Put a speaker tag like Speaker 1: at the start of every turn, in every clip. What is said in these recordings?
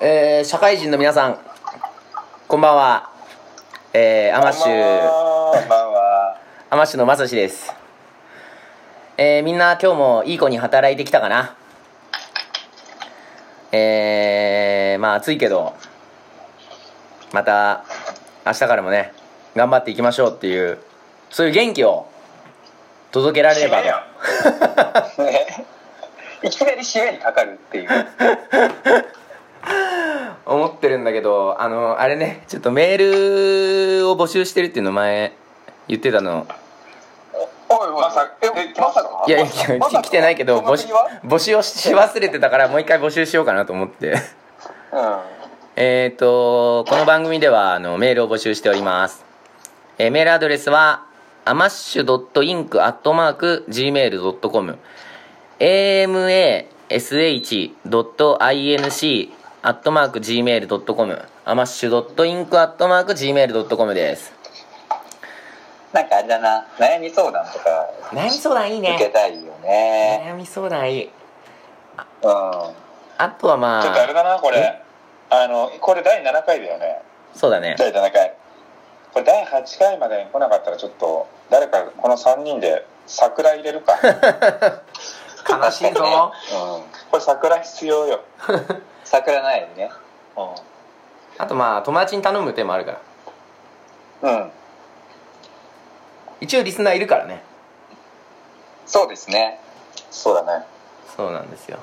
Speaker 1: えー社会人の皆さんこんばんはえー、アマッシュ
Speaker 2: こんばんは。
Speaker 1: アマッシュのまさしですえー、みんな今日もいい子に働いてきたかなえー、まあ暑いけどまた明日からもね頑張っていきましょうっていうそういう元気を届けられれば
Speaker 2: 締めよこんばんは。ね いきなり締めにかかるっていう。
Speaker 1: 思ってるんだけどあのあれねちょっとメールを募集してるっていうの前言ってたの
Speaker 2: おいおい、まさ、え、まさか
Speaker 1: いやいや
Speaker 2: まさか
Speaker 1: 来てないけど
Speaker 2: その
Speaker 1: 募集
Speaker 2: 国は
Speaker 1: 募集をし忘れてたからもう一回募集しようかなと思って
Speaker 2: う
Speaker 1: えっとこの番組ではあのメールを募集しております、えーメールアドレスは amash.inc.gmail.com amash.inc.gmail.com amash.inc.gmail.com です
Speaker 2: ん。なんかあれだな、悩み相談とか
Speaker 1: 悩み相談いい
Speaker 2: 受け
Speaker 1: ね
Speaker 2: たいよね。
Speaker 1: 悩み相談いい
Speaker 2: うん。ちょ
Speaker 1: あとはま
Speaker 2: っとあれ
Speaker 1: あ
Speaker 2: だな、これ。あの、これ第7回だよね。
Speaker 1: そうだね
Speaker 2: 第7回。これ第8回までに来なかったらちょっと、誰かこの3人で桜入れるか。
Speaker 1: 悲しいぞ
Speaker 2: うん。これ桜必要よ。 桜ないよね。うん。
Speaker 1: あとまあ友達に頼む手もあるから
Speaker 2: うん、
Speaker 1: 一応リスナーいるからね
Speaker 2: そうですね。そうだね。
Speaker 1: そうなんですよ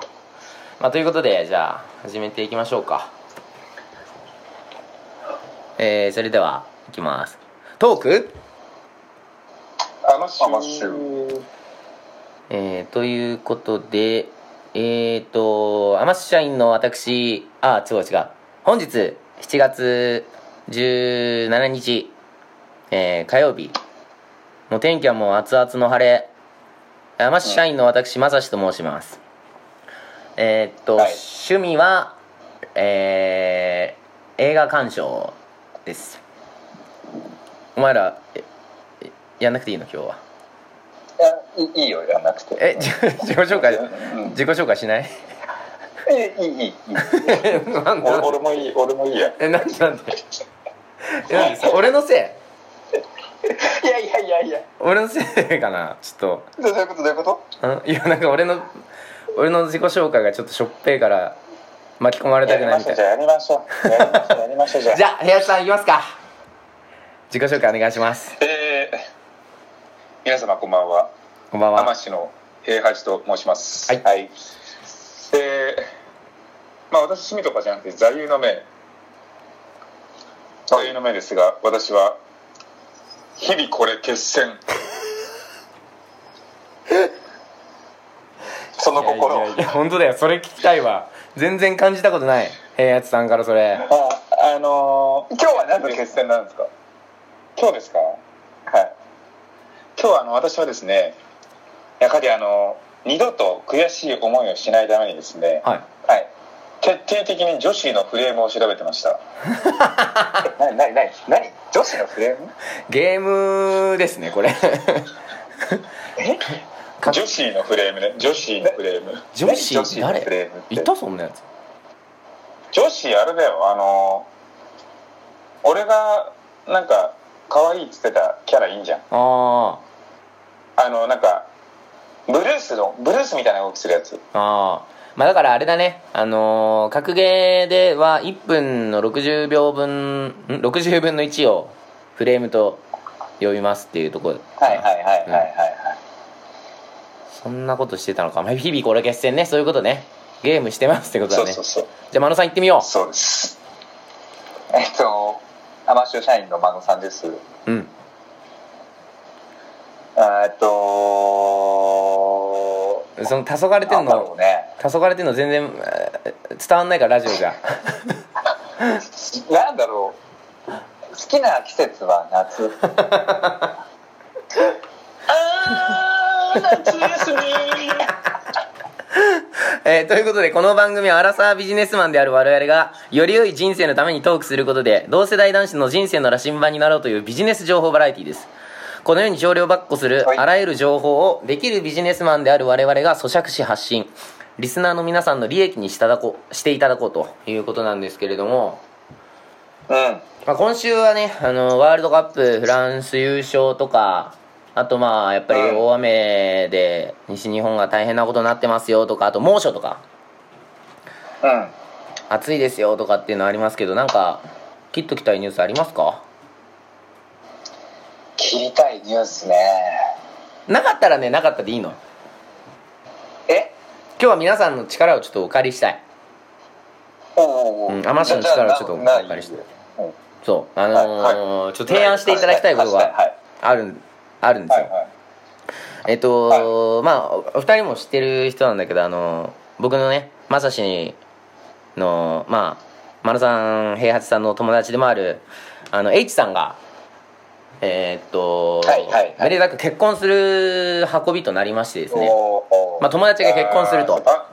Speaker 1: まあということでじゃあ始めていきましょうかえー、それではいきますトーク
Speaker 2: あの週。
Speaker 1: えー、ということでえーとアマッシュ社員の私あ違う違う本日7月17日、えー火曜日もう天気はもう熱々の晴れアマッシュ社員の私まさしと申しますえーっと、
Speaker 2: はい
Speaker 1: 趣味はえー映画鑑賞ですお前らええやんなくていいの今日はい
Speaker 2: いいいよ、やんなくて。
Speaker 1: え自 自己紹介
Speaker 2: うん
Speaker 1: 自己紹介しない
Speaker 2: え、いい、いい、いい。
Speaker 1: なんで
Speaker 2: 俺俺もいい、俺もいいや。
Speaker 1: えなんでなんでえなん で俺のせい
Speaker 2: いやいやいやいや。
Speaker 1: 俺のせいかなちょっ
Speaker 2: どういうこと、どういうこと。
Speaker 1: とんいやなんか俺の俺の自己紹介がちょっとしょっぺいから巻き込まれた
Speaker 2: や
Speaker 1: く
Speaker 2: り
Speaker 1: ない
Speaker 2: ま
Speaker 1: み
Speaker 2: した
Speaker 1: いう
Speaker 2: ょ、じゃあ、やりましょう。やりましょう、やりましょう、 じゃあ。
Speaker 1: じゃあ林さんいきますか自己紹介お願いします
Speaker 2: えー皆様、こんばんは。
Speaker 1: こんばん
Speaker 2: 天
Speaker 1: は
Speaker 2: 市の平八と申します。
Speaker 1: はい
Speaker 2: ええーまあ、私趣味とかじゃなくて、座右の銘。座右の銘ですが、私は。日々これ決 戦。その心
Speaker 1: い
Speaker 2: を。
Speaker 1: やいやいや本当だよそれ聞きたいわ全然感じたことない平八さんからそれ
Speaker 2: あ、あの今日は何の決戦なんですか。今日ですか。はい。今日はあの私はですね、やはりあの二度と悔しい思いをしないためにですね、
Speaker 1: はい
Speaker 2: はい。徹底的に女子のフレームを調べてま した。なになになになに女子のフレーム？
Speaker 1: ゲームですねこれ
Speaker 2: 女子のフレームね。女子のフレーム。
Speaker 1: 女子
Speaker 2: 何女子の
Speaker 1: 誰
Speaker 2: フレームって
Speaker 1: いたそんなやつ
Speaker 2: 女子あれだよあの俺がなんか可愛いっつってたキャラいいんじゃん。
Speaker 1: あ
Speaker 2: あのなんかブルースのブルースみたいな動きするやつ
Speaker 1: あああまあだからあれだねあのー格ゲーでは1分の60秒分ん60分の1をフレームと呼びますっていうところ
Speaker 2: いはい
Speaker 1: はいはい
Speaker 2: はい、
Speaker 1: そんなことしてたのかまあ日々これ決戦ねそういうことねゲームしてますってこと
Speaker 2: そ
Speaker 1: だ
Speaker 2: う
Speaker 1: ね
Speaker 2: そうそう
Speaker 1: じゃあ真野さん行ってみよ
Speaker 2: そうですえっとアマシュ社員の真野さんです
Speaker 1: ううん
Speaker 2: えっと
Speaker 1: その黄昏れてん
Speaker 2: なんだろ
Speaker 1: の
Speaker 2: うね
Speaker 1: 黄昏れてんの全然えー伝わんないからラジオじゃ
Speaker 2: なんだろう好きな季節は 夏あー夏休み
Speaker 1: えーということで、この番組はアラサービジネスマンである我々が、より良い人生のためにトークすることで、同世代男子の人生の羅針盤になろうというビジネス情報バラエティです。このように少量ばっこする
Speaker 2: はい、
Speaker 1: あらゆる情報を、できるビジネスマンである我々が咀嚼し発信。リスナーの皆さんの利益にしただこしていただこうということなんですけれども、
Speaker 2: うん
Speaker 1: まあ、今週はねあのワールドカップフランス優勝とかあとまあやっぱり
Speaker 2: うん
Speaker 1: 大雨で西日本が大変なことになってますよとかあと猛暑とか
Speaker 2: うん
Speaker 1: 暑いですよとかっていうのありますけどなんか切っときたいニュースありますか
Speaker 2: 切りたいニュースね
Speaker 1: なかったらねなかったでいいの
Speaker 2: え
Speaker 1: 今日は皆さんの力をちょっとお借りしたい
Speaker 2: おうおうお
Speaker 1: うん雨足の力をちょっとお借りして
Speaker 2: うん
Speaker 1: そうあのー
Speaker 2: はい
Speaker 1: ちょっと提案していただきたいこと
Speaker 2: はいは
Speaker 1: が
Speaker 2: い
Speaker 1: あるんあるんです
Speaker 2: は
Speaker 1: よ、
Speaker 2: いはい
Speaker 1: えっと、まあおお二人も知ってる人なんだけどあの僕のねまさしのまあ丸さん平八さんの友達でもあるあの H さんがえーっと、
Speaker 2: はいはいはい
Speaker 1: めでたく結婚する運びとなりましてですね
Speaker 2: おーおー
Speaker 1: まあ友達が結婚すると
Speaker 2: あーパ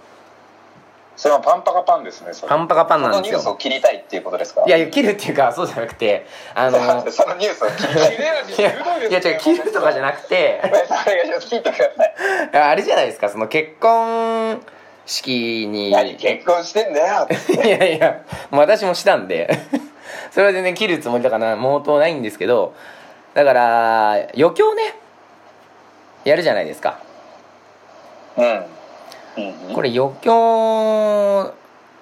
Speaker 2: それはパンパカパンですねそれ
Speaker 1: パンパカパン
Speaker 2: そ
Speaker 1: な
Speaker 2: の
Speaker 1: んで
Speaker 2: ニ
Speaker 1: す
Speaker 2: ュースを
Speaker 1: よ
Speaker 2: 切りたいっていうことですか
Speaker 1: いやいや切るっていうかそうじゃなくてあの
Speaker 2: そのニュースを切りたい
Speaker 1: いやいや違う切るとかじゃ
Speaker 2: い
Speaker 1: なくて
Speaker 2: お願いします聞いてください
Speaker 1: あれじゃないですかその結婚式に
Speaker 2: 何結婚してんだよって
Speaker 1: いやいや、もう私もしたんで、それは全然切るつもりだから、毛頭ないんですけど、だから、余興ね、やるじゃないですか。
Speaker 2: うん、うんうん、
Speaker 1: これ余興、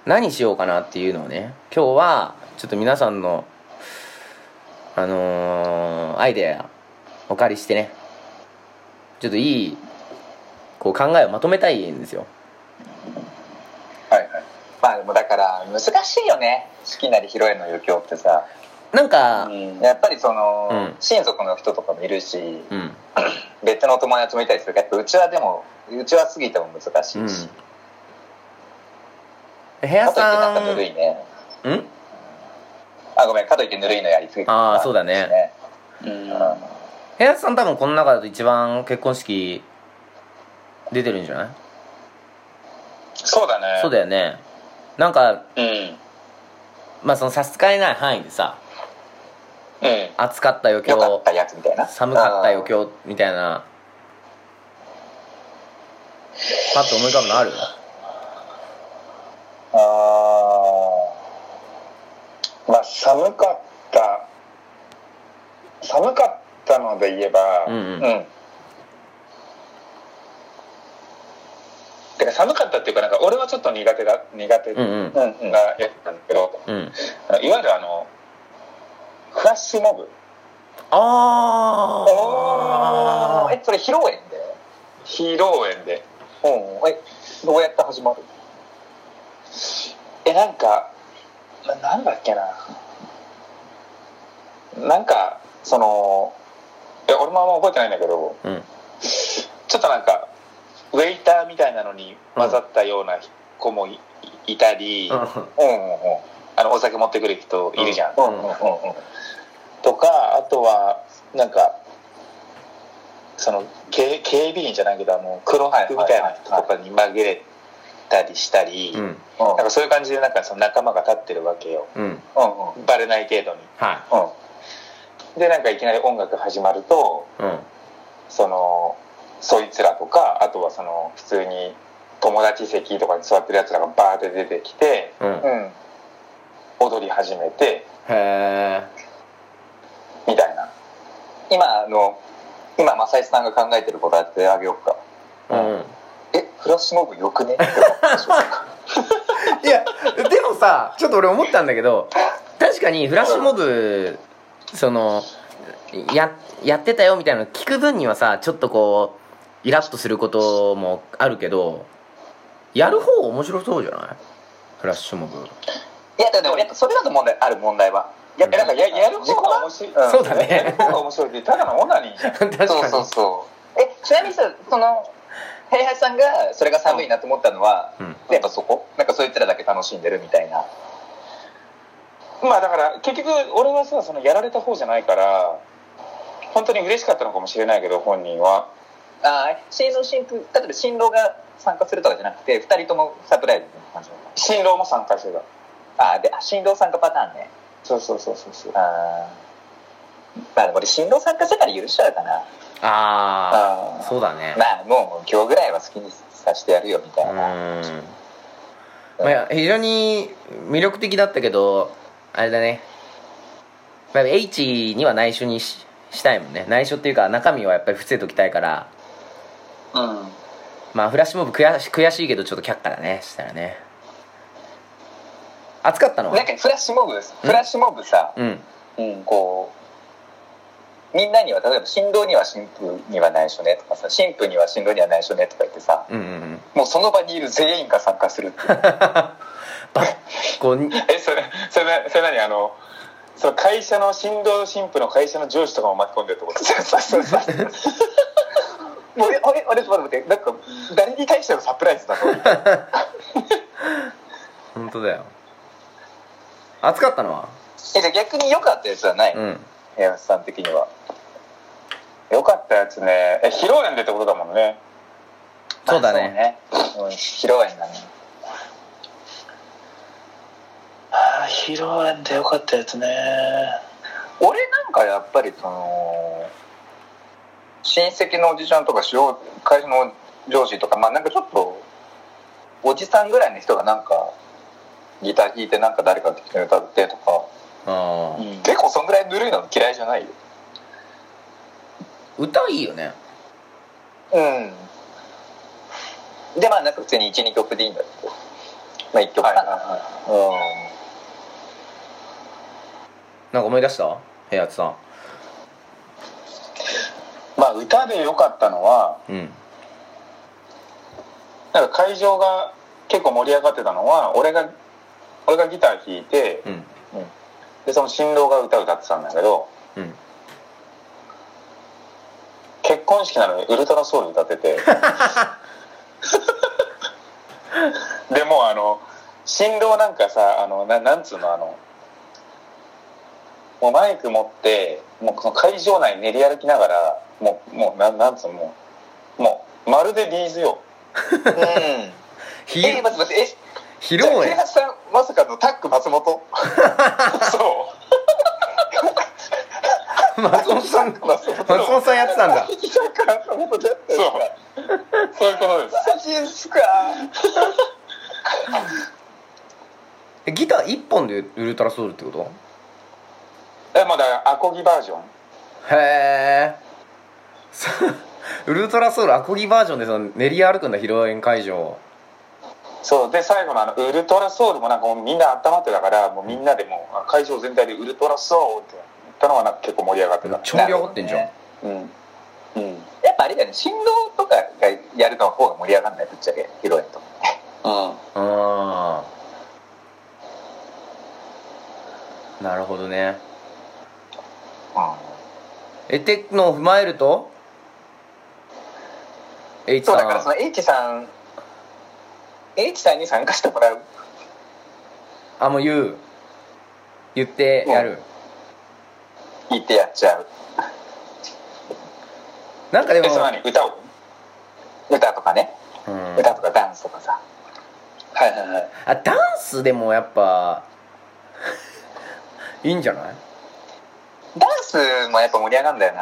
Speaker 1: 何しようかなっていうのをね、今日は、ちょっと皆さんの、あのーアイデア、お借りしてね、ちょっといい、こう考えをまとめたいんですよ。
Speaker 2: はいはいまあでもだから難しいよね好きなり広いの余興ってさ、
Speaker 1: なんか、
Speaker 2: やっぱりその、
Speaker 1: うん
Speaker 2: 親族の人とかもいるし
Speaker 1: うん、
Speaker 2: 別のお友達もいたりするからやっぱうちはでもうちは過ぎても難し
Speaker 1: うん
Speaker 2: いし、。
Speaker 1: 部屋
Speaker 2: かといってなんか
Speaker 1: さ
Speaker 2: ぬるいね
Speaker 1: ん、ん
Speaker 2: あごめんかといってぬるいのやりすぎても
Speaker 1: あーそうだね
Speaker 2: うん
Speaker 1: 部屋さん多分この中だと一番結婚式出てるんじゃない
Speaker 2: そうだね
Speaker 1: そうだよねなんか
Speaker 2: うん
Speaker 1: まあその差し支えない範囲でさ
Speaker 2: うん
Speaker 1: 暑かった余
Speaker 2: よかっ
Speaker 1: 興
Speaker 2: たやつみたいな
Speaker 1: 寒かった余興みたいなパッと思い浮かぶのある
Speaker 2: あーまあ寒かった寒かったので言えば
Speaker 1: うんうん
Speaker 2: てか寒かったっていうかなんか俺はちょっと苦手だ苦手
Speaker 1: う
Speaker 2: なん
Speaker 1: うん
Speaker 2: やつなんだけど、
Speaker 1: うん
Speaker 2: あのいわゆるあのフラッシュモブ
Speaker 1: あ
Speaker 2: おー
Speaker 1: ー
Speaker 2: えそれ披露宴で披露宴でうんえどうやって始まるえなんかななんだっけななんかそのえ俺もあんま覚えてないんだけど
Speaker 1: うん
Speaker 2: ちょっとなんかウェイターみたいなのに混ざったような子もい,、いたり、
Speaker 1: うん
Speaker 2: うんうんうん、あのお酒持ってくる人いるじゃん。
Speaker 1: うんうんうんうん
Speaker 2: とかあとはなんかその警警備員じゃないけどあの黒服みたいな人とかに紛れたりしたり、
Speaker 1: うん
Speaker 2: なんかそういう感じでなんかその仲間が立ってるわけよ、
Speaker 1: うん
Speaker 2: バレない程度に。
Speaker 1: は
Speaker 2: でなんかいきなり音楽始まると
Speaker 1: いうん
Speaker 2: そのそいつらとかあとはその普通に友達席とかに座ってるやつらがバーって出てきて、
Speaker 1: うん
Speaker 2: うん踊り始めて
Speaker 1: へ
Speaker 2: みたいな今あの今正井さんが考えてることやってあげようか
Speaker 1: えうん
Speaker 2: えフラッシュモブよく ねって思ったでしょ
Speaker 1: いやでもさちょっと俺思ったんだけど確かにフラッシュモブそのややってたよみたいなの聞く分にはさちょっとこうイラッとすることもあるけどやる方面白そうじゃないフラッシュモブ、
Speaker 2: いやでもやっぱそれだと問題ある問題はやなんかややる方が面白い、ん
Speaker 1: そうだね
Speaker 2: やる方が面白いってただのオナニーじゃ ん
Speaker 1: 確かに
Speaker 3: そうそうそうえちなみにさその平八さんがそれが寒いなと思ったのは、
Speaker 1: うん
Speaker 3: やっぱそこなんかそいつらだけ楽しんでるみたいな
Speaker 2: まあだから結局俺はさそのやられた方じゃないから本当に嬉しかったのかもしれないけど本人は
Speaker 3: あー新郎新婦例えば新郎が参加するとかじゃなくて二人ともサプライズみたいな感じなの
Speaker 2: 新郎も参加してた
Speaker 3: あーであ新郎参加パターンね
Speaker 2: そうそうそうそうそう
Speaker 3: あーまあでも俺新郎参加してたら許しちゃうかな
Speaker 1: ああ
Speaker 2: あ
Speaker 1: そうだね
Speaker 3: まあもう今日ぐらいは好きにさせてやるよみた
Speaker 1: う
Speaker 3: いな、
Speaker 1: んまあ、非常に魅力的だったけどあれだね、まあ、H には内緒にししたいもんね内緒っていうか中身はやっぱり伏せときたいから
Speaker 3: うん、
Speaker 1: まあフラッシュモブ悔し悔しいけどちょっと却下だねしたらね暑かったの
Speaker 3: なんかフラッシュモブですフラッシュモブさ、
Speaker 1: うん
Speaker 3: うん、こうみんなには例えば新郎には新婦には内緒ねとかさ新婦には新郎には内緒ねとか言ってさ
Speaker 1: うんうんうん
Speaker 3: もうその場にいる全員が参加するっていう
Speaker 1: ばこう
Speaker 2: えそれそれなそれ何あのその会社の新郎新婦の会社の上司とかも巻き込んでるってこと
Speaker 3: そうそうそう そうもうあれあれあれちょっと待ってなんか誰に対してのサプライズだろう
Speaker 1: 本当だよ暑かったのは
Speaker 3: えじゃあ逆に良かったやつはない
Speaker 1: うん
Speaker 3: 平松さん的には
Speaker 2: よかったやつねえ披露宴でってことだもんね
Speaker 1: そうだね
Speaker 3: まあそうねうん披露宴だね
Speaker 4: ああ披露宴でよかったやつね
Speaker 3: 俺なんかやっぱりその親戚のおじちゃんとかしよう会社の上司とかまあなんかちょっとおじさんぐらいの人がなんかギター弾いてなんか誰かの適当に歌ってとか、
Speaker 1: ああ
Speaker 3: 結構そんぐらいぬるいの嫌いじゃないよ
Speaker 1: 歌いいよね
Speaker 3: うんでまあなんか普通に12曲でいいんだけどまあ1曲か
Speaker 2: はい
Speaker 3: な、
Speaker 2: はいは
Speaker 3: うん
Speaker 1: なんか思い出した平八さ
Speaker 2: いまあ歌でよかったのは
Speaker 1: んうん
Speaker 2: なんか会場が結構盛り上がってたのは俺が俺がギター弾いて
Speaker 1: うん
Speaker 2: でその新郎が歌歌ってたんだけど
Speaker 1: うん
Speaker 2: 結婚式なのにウルトラソウル歌っ ててでもうあの新郎なんかさあのななんつうのあのもうマイク持ってもうその会場内練り歩きながらもうもうなんなんつうのもうもうまるでビーズよ
Speaker 3: うん
Speaker 1: ひ
Speaker 3: え待って待ってえ
Speaker 1: 披
Speaker 3: じゃ
Speaker 1: 露
Speaker 3: あ
Speaker 1: 宴
Speaker 3: 平八さんまさかのタック松 本
Speaker 2: そう
Speaker 1: 松本さん松
Speaker 3: 松本
Speaker 1: 本さんやってたんだ
Speaker 2: そうそういうことです
Speaker 3: マジですか
Speaker 1: えギター1本でウルトラソウルってこと
Speaker 2: えまだアコギバージョン
Speaker 1: へえウルトラソウルアコギバージョンでその練り歩くんだ披露宴会場を
Speaker 2: そうで最後のあのウルトラソウルもなんかもうみんな温まってたからもうみんなでもうあ会場全体でウルトラソウルって言ったのはなんか結構盛り上がってた
Speaker 1: 超盛り上がってんじゃん、
Speaker 2: うんうん
Speaker 3: やっぱあれだよね新郎とかがやるの方が盛り上がんないぶっちゃけ披露宴と
Speaker 2: うん
Speaker 1: ああなるほどねえってのを踏まえると H
Speaker 3: そ
Speaker 1: さ
Speaker 3: うんだからその H さん H さんに参加してもらう
Speaker 1: あもう言う言ってやる、
Speaker 3: 言ってやっちゃう
Speaker 1: なんかでも
Speaker 2: えそれ何歌を
Speaker 3: 歌とかね
Speaker 1: うん
Speaker 3: 歌とかダンスとかさ
Speaker 2: はいはいはい
Speaker 1: あダンスでもやっぱ いいんじゃない
Speaker 3: ダンスもやっぱ盛り上がるんだよな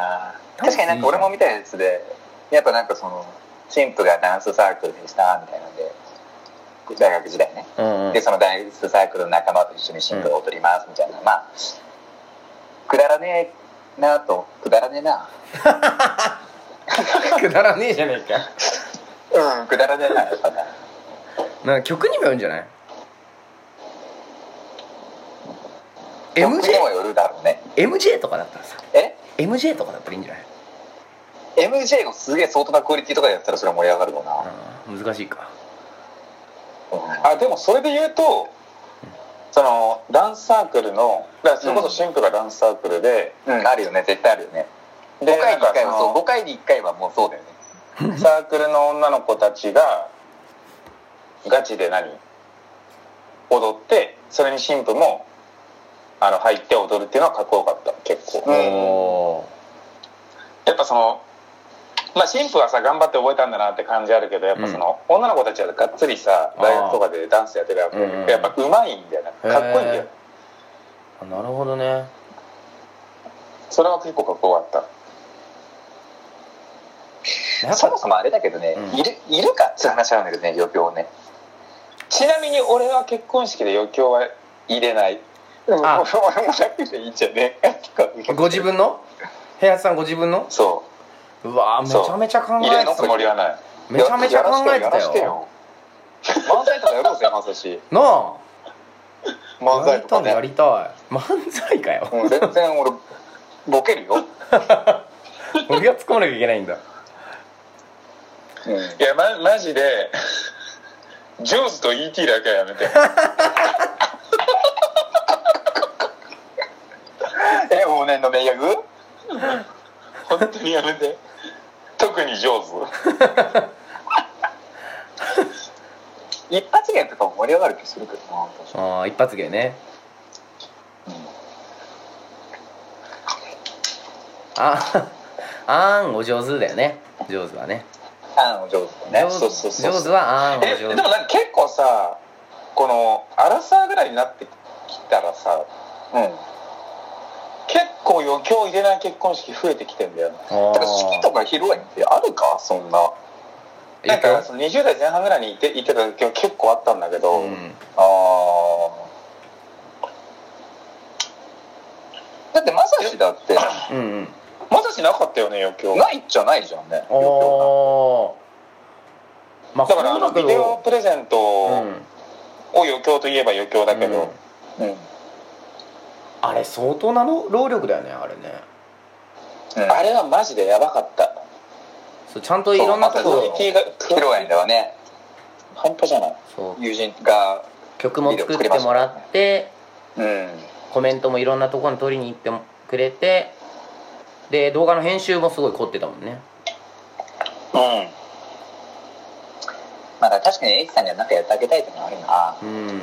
Speaker 1: ダン
Speaker 3: 確
Speaker 1: ス
Speaker 3: かになんか俺も見たやつでやっぱなんかその新婦がダンスサークルでしたみたいなんで大学時代ね
Speaker 1: うんうん
Speaker 3: でそのダンスサークルの仲間と一緒に新婦を踊りますみたいな、まあくだらねえなとくだらねえな
Speaker 1: くだらねえじゃねえか
Speaker 3: うんくだらねえなやっぱな
Speaker 1: なんか曲にもよるんじゃない
Speaker 3: 曲
Speaker 1: MJ,
Speaker 3: にもよるだろうね
Speaker 1: MJ とかだったらさ
Speaker 3: え
Speaker 1: MJ とかだったらいいんじゃない
Speaker 3: MJ がすげえ相当なクオリティとかでやったらそれは盛り上がるもんな、
Speaker 1: あー難しいか
Speaker 3: うん
Speaker 2: あでもそれで言うとそのダンスサークルのだからそれこそ新婦がダンスサークルで、
Speaker 3: うん、あるよね絶対あるよね
Speaker 2: で
Speaker 3: 5回に1回はそう
Speaker 2: なん
Speaker 3: 5回に1回はもうそうだよね
Speaker 2: かそのサークルの女の子たちがガチで何踊ってそれに新婦もあの入って踊るっていうのはかっこよかった結構、
Speaker 3: うん
Speaker 1: お
Speaker 2: やっぱそのまあ新婦はさ頑張って覚えたんだなって感じあるけどやっぱその、女の子たちはがっつりさ大学とかでダンスやってるわけ
Speaker 1: あーうんうん
Speaker 2: やっぱうまいんだよね
Speaker 1: ー
Speaker 2: かっこいいんだよ
Speaker 1: へーあなるほどね
Speaker 2: それは結構かっこよかった
Speaker 1: なんか
Speaker 3: そもそもあれだけどね、
Speaker 1: うん
Speaker 3: いるいるかっていう話なんだけどね余興ね
Speaker 2: ちなみに俺は結婚式で余興は入れない。
Speaker 3: でも
Speaker 1: あ
Speaker 3: もう俺もだけでいいんじゃねえかとか
Speaker 1: ご自分の平八さんご自分の
Speaker 3: そう
Speaker 1: わーめ
Speaker 3: そう
Speaker 1: ちゃめちゃ考
Speaker 3: う
Speaker 1: え
Speaker 2: 入れ
Speaker 1: て
Speaker 2: る
Speaker 1: た
Speaker 2: つもりはない。
Speaker 3: う
Speaker 1: めちゃめちゃ考えて
Speaker 3: や
Speaker 1: た
Speaker 3: らし
Speaker 1: よ
Speaker 3: てよ漫才とかやろうぜマサシ
Speaker 1: なあ
Speaker 3: 漫才とか
Speaker 1: や
Speaker 3: ね
Speaker 1: りたいやりたい漫才かよ
Speaker 3: うん全然俺ボケるよ、
Speaker 1: 俺が突っ込まなきゃいけないんだ
Speaker 2: いや、ま、マジで、ジョーズと ET だけはや めて。
Speaker 3: え往年の名役
Speaker 2: 本当にやめて。特にジョーズ。
Speaker 3: 一発芸とかも盛り上がる気するけどな私
Speaker 1: ああ一発芸ねあ あーんお上手だよね上手はね
Speaker 3: あの上手だね
Speaker 1: 上手
Speaker 3: そうそうそう
Speaker 1: 上手はあーんお
Speaker 3: えで
Speaker 1: 上
Speaker 3: も
Speaker 1: 手
Speaker 3: なんか結構さこのアラサーぐらいになってきたらさうん
Speaker 2: 結構余興入れない結婚式増えてきてんだよ。
Speaker 1: あ
Speaker 3: だから式とか披露宴ってあるかそんな
Speaker 1: ー
Speaker 2: なん
Speaker 1: いい
Speaker 2: か
Speaker 1: よ
Speaker 2: その20代前半ぐらいに行って行ってた時は結構あったんだけど、
Speaker 1: うん
Speaker 3: あーだってまさしだって
Speaker 1: うんうん
Speaker 2: まさしなかったよね余興
Speaker 3: ないじゃないじゃんね
Speaker 1: おおーまあ
Speaker 2: だからあのビデオプレゼント
Speaker 1: う
Speaker 2: を
Speaker 1: ん
Speaker 2: 余興といえば余興だけど、
Speaker 1: うん
Speaker 3: うんうん
Speaker 1: あれ相当な労労力だよねあれね
Speaker 2: あれはマジでやばかった
Speaker 1: そうちゃんといろんなとこ
Speaker 3: そう
Speaker 2: クオリ
Speaker 1: ろ
Speaker 2: ティが
Speaker 3: 披露宴ではね
Speaker 2: 半端じゃない
Speaker 1: そう
Speaker 3: 友人が
Speaker 1: 曲も作ってもらって
Speaker 3: うん
Speaker 1: コメントもいろんなところに取りに行ってくれてで動画の編集もすごい凝ってたもんね
Speaker 3: うん。まあ、確かにエイジさんには何かやってあげたいとかあるな。
Speaker 1: うん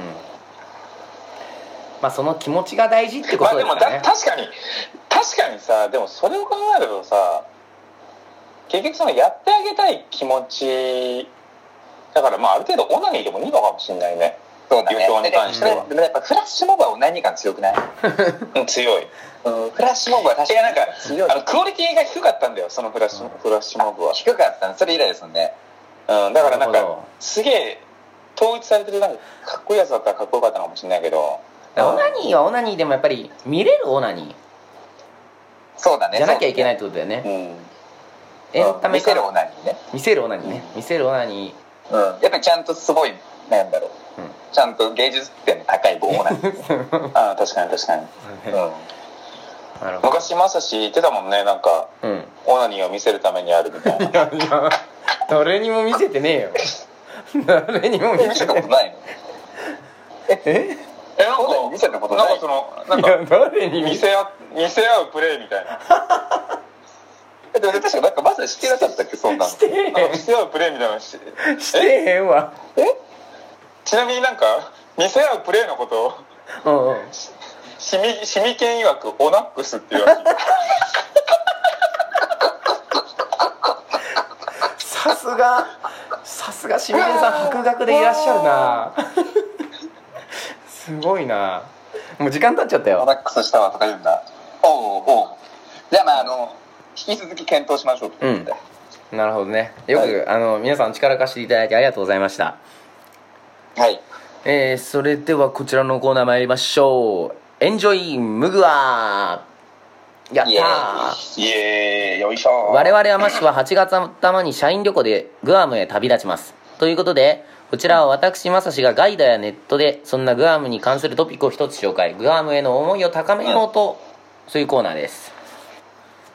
Speaker 1: まあその気持ちが大事ってこ
Speaker 2: まあ
Speaker 1: と
Speaker 2: で
Speaker 1: だ
Speaker 2: も
Speaker 1: か
Speaker 2: だ
Speaker 1: らね
Speaker 2: 確かに確かにさでもそれを考えるとさ結局そのやってあげたい気持ちだからまあある程度オナニーでもいいのかもしれないね
Speaker 3: そうだね。
Speaker 2: 流暢に関して
Speaker 1: は
Speaker 3: でもやっぱフラッシュモブは何感強く ない、
Speaker 2: うん強い
Speaker 3: うん、フラッシュモブは確かに強い
Speaker 2: あ。のクオリティが低かったんだよそのフラッシュフラッシュモブは、
Speaker 3: 低かったの、それ以来ですもんね。
Speaker 2: うん、だからなん
Speaker 1: なる
Speaker 2: か
Speaker 1: ほど
Speaker 2: すげえ統一されてるなんかかっこいいやつだったらかっこよかったのかもしれないけど
Speaker 1: だからオナニーはオナニーでもやっぱり見れるオナニ
Speaker 3: そうだ
Speaker 1: ー
Speaker 3: ね。。
Speaker 1: じゃなきゃいけないいってことだよ
Speaker 2: う
Speaker 1: ね
Speaker 2: ん
Speaker 1: エンタメ
Speaker 3: 見せる
Speaker 1: か
Speaker 3: オナニーね。
Speaker 1: 見せるオナニーね見せるオナニ
Speaker 3: うん。やっぱりちゃんとすごい、なんだろう。
Speaker 1: うん
Speaker 3: ちゃんと芸術点の高い棒 オナニー。
Speaker 1: ー
Speaker 2: ああ確かに確かに
Speaker 3: うん。
Speaker 1: なるほ
Speaker 2: 昔まさし言ってたもんねなんか
Speaker 1: どうん
Speaker 2: オナニーを見せるためにあるみたいな
Speaker 1: いやいや誰にも見せてねえ よ誰にも 見
Speaker 3: 見せ
Speaker 1: せて
Speaker 3: たこ
Speaker 1: ない
Speaker 3: とないの
Speaker 1: え
Speaker 2: えなん
Speaker 3: オナニー見せたことな
Speaker 2: な
Speaker 3: ん
Speaker 2: か
Speaker 3: い
Speaker 2: そのなん
Speaker 1: い
Speaker 2: か
Speaker 1: や誰に見
Speaker 2: 見
Speaker 1: せ
Speaker 2: せ合見せ合うプレイみたい な
Speaker 3: でも確かなんかまさに知ってなかったっけ、そんなの
Speaker 1: し。て
Speaker 2: なんか
Speaker 1: へ
Speaker 2: 見せ合うプレイみたいなのし
Speaker 1: んしてへんわ
Speaker 2: ちなみになんか見せ合うプレイのことを
Speaker 1: うんうん
Speaker 2: シミシミケン曰くオナックスっていう らしい
Speaker 1: さすがさすが清水さん博学でいらっしゃるなすごいなもう時間経っちゃった
Speaker 3: ア
Speaker 1: よ
Speaker 3: ラックスしたわとか言うんだおうおうじゃあまああの引き続き検討しましょうと
Speaker 1: うんなるほどねよく、
Speaker 3: はい
Speaker 1: あの皆さん力貸していただいてありがとうございました
Speaker 3: はい
Speaker 1: えー、それではこちらのコーナー参りましょうエンジョイムグワーやった
Speaker 3: イエ
Speaker 1: ー
Speaker 3: ー
Speaker 2: イエーイよいしょ
Speaker 1: 我々アマッシュは8月頭に社員旅行でグアムへ旅立ちますということでこちらは私まさしがガイドやネットでそんなグアムに関するトピックを一つ紹介グアムへの思いを高めようと、そういうコーナーです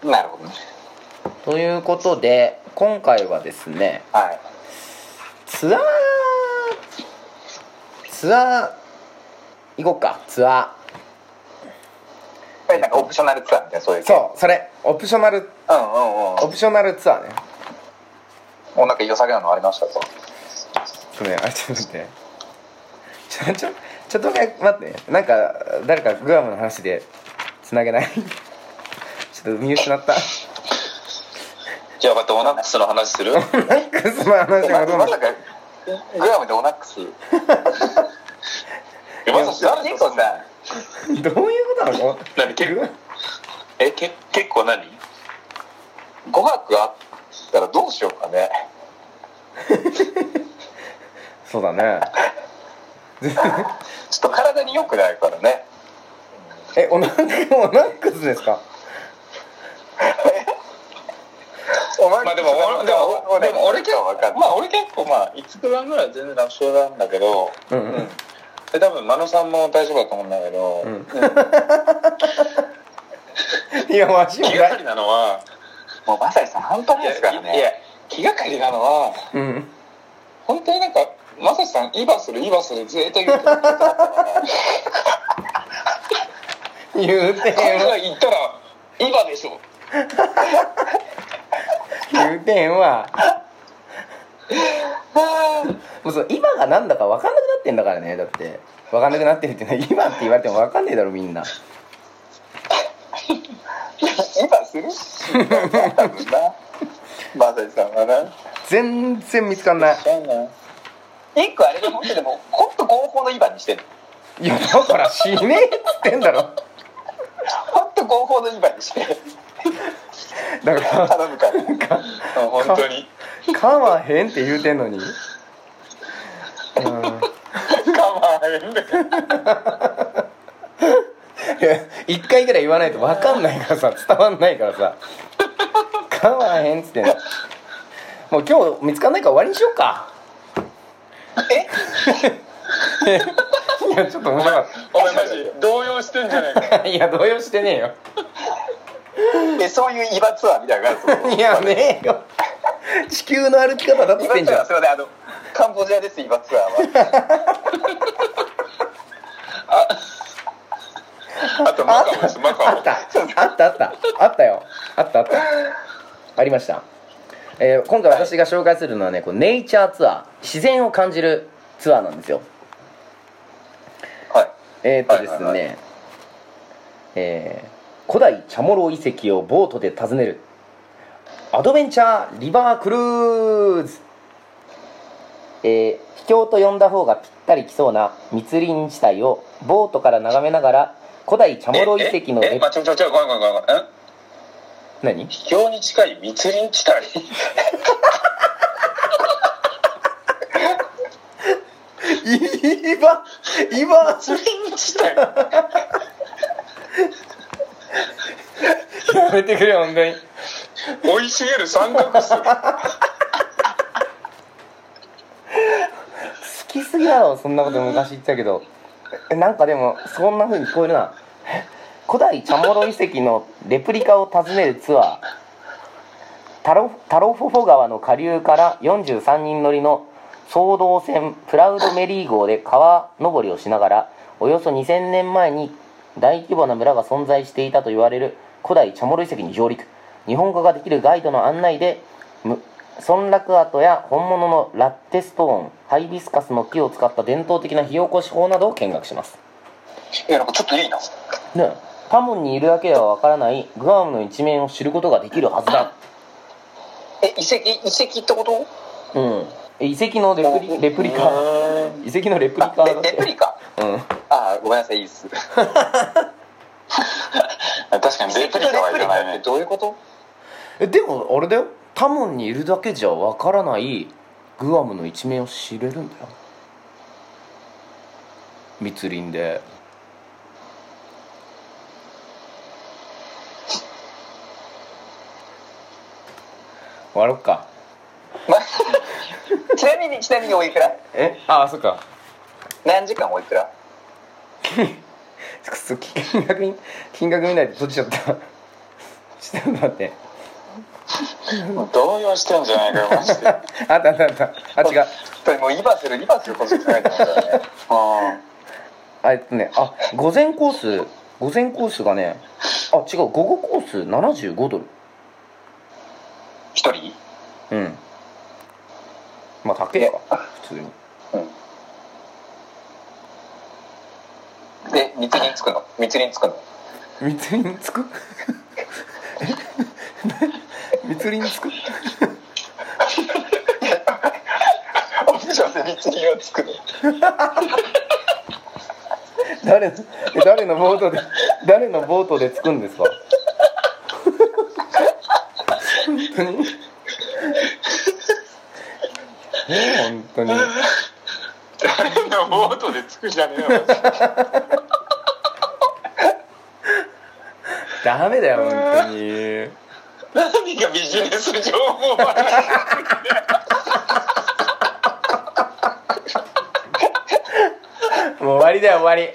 Speaker 3: なるほどね
Speaker 1: ということで今回はですね
Speaker 3: はい
Speaker 1: ツアーツアー行こっかツア
Speaker 3: これなんかオプショナルツアーみたいなそういう
Speaker 1: ーそうそれオプショナル
Speaker 3: ううんうんうん
Speaker 1: オプショナルツアーね
Speaker 3: おなんか良さげなのありましたか
Speaker 1: ちょっとねあれちょっと待ってちょちょちょっと待って待ってなんか誰かグアムの話でつなげない ちょっと見失った
Speaker 2: じゃあまたオナックスの話する
Speaker 1: なんかその話
Speaker 3: ま
Speaker 1: がどん
Speaker 3: ま
Speaker 1: ど
Speaker 3: さ
Speaker 1: ん
Speaker 3: かグラムでオナックス
Speaker 2: えまさし誰
Speaker 3: 結
Speaker 2: と
Speaker 3: 構さ
Speaker 1: どういうことなの
Speaker 2: 何結
Speaker 1: グ
Speaker 2: えけ結構何
Speaker 3: 5泊あったらどうしようかね
Speaker 1: そうだね。
Speaker 3: ちょっと体に良くないからね
Speaker 1: え、おな、おなくずですか
Speaker 3: お前
Speaker 2: まあでも俺でもでも俺結
Speaker 3: は分かんない
Speaker 2: まあ俺結構まあ5つ番ぐらいは全然楽勝なんだけど、
Speaker 1: うん
Speaker 2: うん、で多分真野さんも大丈夫だと思うんだけど、
Speaker 1: うん。いや、わしも
Speaker 2: 気が
Speaker 1: な
Speaker 2: か
Speaker 1: い。
Speaker 2: りなのは
Speaker 3: もうまさにさん半端ないい
Speaker 2: や
Speaker 3: ですから
Speaker 2: いや
Speaker 3: ね
Speaker 2: 気がかりなのは
Speaker 1: うん。
Speaker 2: 本当になんかまさしさんいいバするいいバするずっと言うけど こ
Speaker 1: 言うて
Speaker 2: うい
Speaker 1: へ
Speaker 2: うんの
Speaker 1: わ。
Speaker 2: が言ったらいいバでし ょ
Speaker 1: 言うてへんわ。もうそう今がなんだか分かんなくなってんだからねだって分かんなくなってるっていうのは今って言われても分かんねえだろみんな
Speaker 3: 今する多分なまさにさんはな
Speaker 1: 全然見つかんない
Speaker 3: 一個あれが本当にでも本当合法のイバにしてる
Speaker 1: いやだから死ねえっつってんだろ
Speaker 3: 本当合法のイバにして
Speaker 1: だか
Speaker 3: 頼むから
Speaker 2: うん本当に
Speaker 1: らかまへんって言うてんのにうん
Speaker 2: 構わへんで
Speaker 1: いや一回ぐらい言わないと分かんないからさ伝わんないからさかまへんっつってんのもう今日見つかんないから終わりにしようか
Speaker 3: え
Speaker 1: いやちょっと面白かっ
Speaker 2: お前マジ動揺してんじゃないか
Speaker 1: たいや動揺してねえよ
Speaker 3: えそういうイバツアーみたいなのがあるんですよ
Speaker 1: いやねえよ地球の歩き方だっつ
Speaker 3: イ
Speaker 1: って
Speaker 3: バツ
Speaker 1: んじ
Speaker 3: ア
Speaker 1: ゃ
Speaker 3: ーすいませんあのカンボジアですイバツアーは
Speaker 2: あとマカオですマカ
Speaker 1: あ
Speaker 2: オ
Speaker 1: ったあったあったあったよあったあったありました、えー今回私が紹介するのはねこうネイチャーツアー自然を感じるツアーなんですよ
Speaker 3: はい
Speaker 1: えーっとですね、
Speaker 3: はいはい
Speaker 1: えー古代チャモロ遺跡をボートで訪ねるアドベンチャーリバークルーズえー秘境と呼んだ方がぴったりきそうな密林地帯をボートから眺めながら古代チャモロ遺跡の
Speaker 2: えええ
Speaker 1: レ
Speaker 2: まあちょちょちょごめんごめんごめんごめんん
Speaker 1: 何
Speaker 2: 秘境に近い密林地帯
Speaker 1: 今今
Speaker 2: 地帯
Speaker 1: やめてくれ本当に
Speaker 2: 生い茂る三角州
Speaker 1: 好きすぎだろそんなこと昔言ってたけどえなんかでもそんな風に聞こえるなえ古代チャモロ遺跡のレプリカを訪ねるツアータロタロフォフォ川の下流から43人乗りの総動船プラウドメリー号で川登りをしながらおよそ2000年前に大規模な村が存在していたと言われる古代チャモロ遺跡に上陸日本語ができるガイドの案内でむ村落跡や本物のラッテストーンハイビスカスの木を使った伝統的な火起こし法などを見学します
Speaker 3: いやなんかちょっといいな
Speaker 1: ねパモンにいるだけではわからないグアムの一面を知ることができるはずだ
Speaker 3: え遺跡遺跡ってこと
Speaker 1: うん遺跡のレプリレプリ
Speaker 2: う
Speaker 1: カ
Speaker 2: ーん
Speaker 1: 遺跡のレプリカ
Speaker 3: あ
Speaker 1: だ
Speaker 3: レ
Speaker 1: って
Speaker 3: レプリカ
Speaker 1: うん
Speaker 3: あごめんなさいいいっす
Speaker 2: 確かにレプリカはいらない
Speaker 3: って
Speaker 2: ね
Speaker 3: どういうこと
Speaker 1: えでもあれだよタモンにいるだけじゃわからないグアムの一面を知れるんだよ密林で終わろっか
Speaker 3: ちなみにちなみにおいくら
Speaker 1: えああそっか
Speaker 3: 何時間おいくら
Speaker 1: くそ金額見金額見ないで閉じちゃったちょっと待って
Speaker 2: 動揺してんじゃないかよマジで
Speaker 1: あったあったあったあ違う
Speaker 3: それもうイバするイバすることしかないと思うんだよね
Speaker 1: あえっとねあ午前コース午前コースがねあ違う午後コース75ドル
Speaker 3: 一人
Speaker 1: うんまあ高いか普通に
Speaker 3: で密林つくの密林つくの
Speaker 1: 密林つくえ密林つく
Speaker 3: オプションで密林をつくの
Speaker 1: 誰のえ誰のボートで誰のボートでつくんですか本当に本当に。
Speaker 2: 誰のボートで着くじゃねえよマジで
Speaker 1: ダメだよ、本当に。
Speaker 2: 何がビジネス情報 話
Speaker 1: もう終わりだよ、終わ り。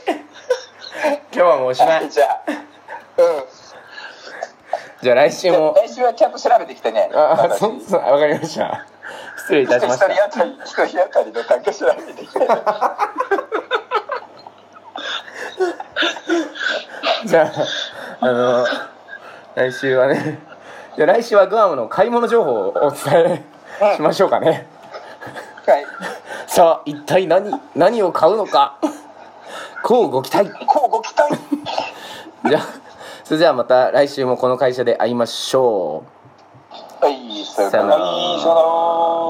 Speaker 1: 今日はもうおしまい。
Speaker 3: じゃあ、うん。
Speaker 1: じゃあ来週も。
Speaker 3: 来週はちゃんと調べてきてね。
Speaker 1: あ、
Speaker 3: 私
Speaker 1: そう、そう、わかりました。失礼いたし
Speaker 3: 一
Speaker 1: ました。
Speaker 3: 人当たり、一人当たりの環境調べてき て。
Speaker 1: じゃあ、あの、来週はね、じゃあ来週はグアムの買い物情報をお伝えしましょうかね。
Speaker 3: はい。
Speaker 1: さあ、一体何、何を買うの か、こうご期待。
Speaker 3: こうご期待。
Speaker 1: じゃあ、それじゃあまた来週もこの会社で会いましょう。
Speaker 3: はい、さよ
Speaker 1: さよ
Speaker 3: な
Speaker 1: な
Speaker 3: ら。
Speaker 1: ら
Speaker 3: はい、さよなら。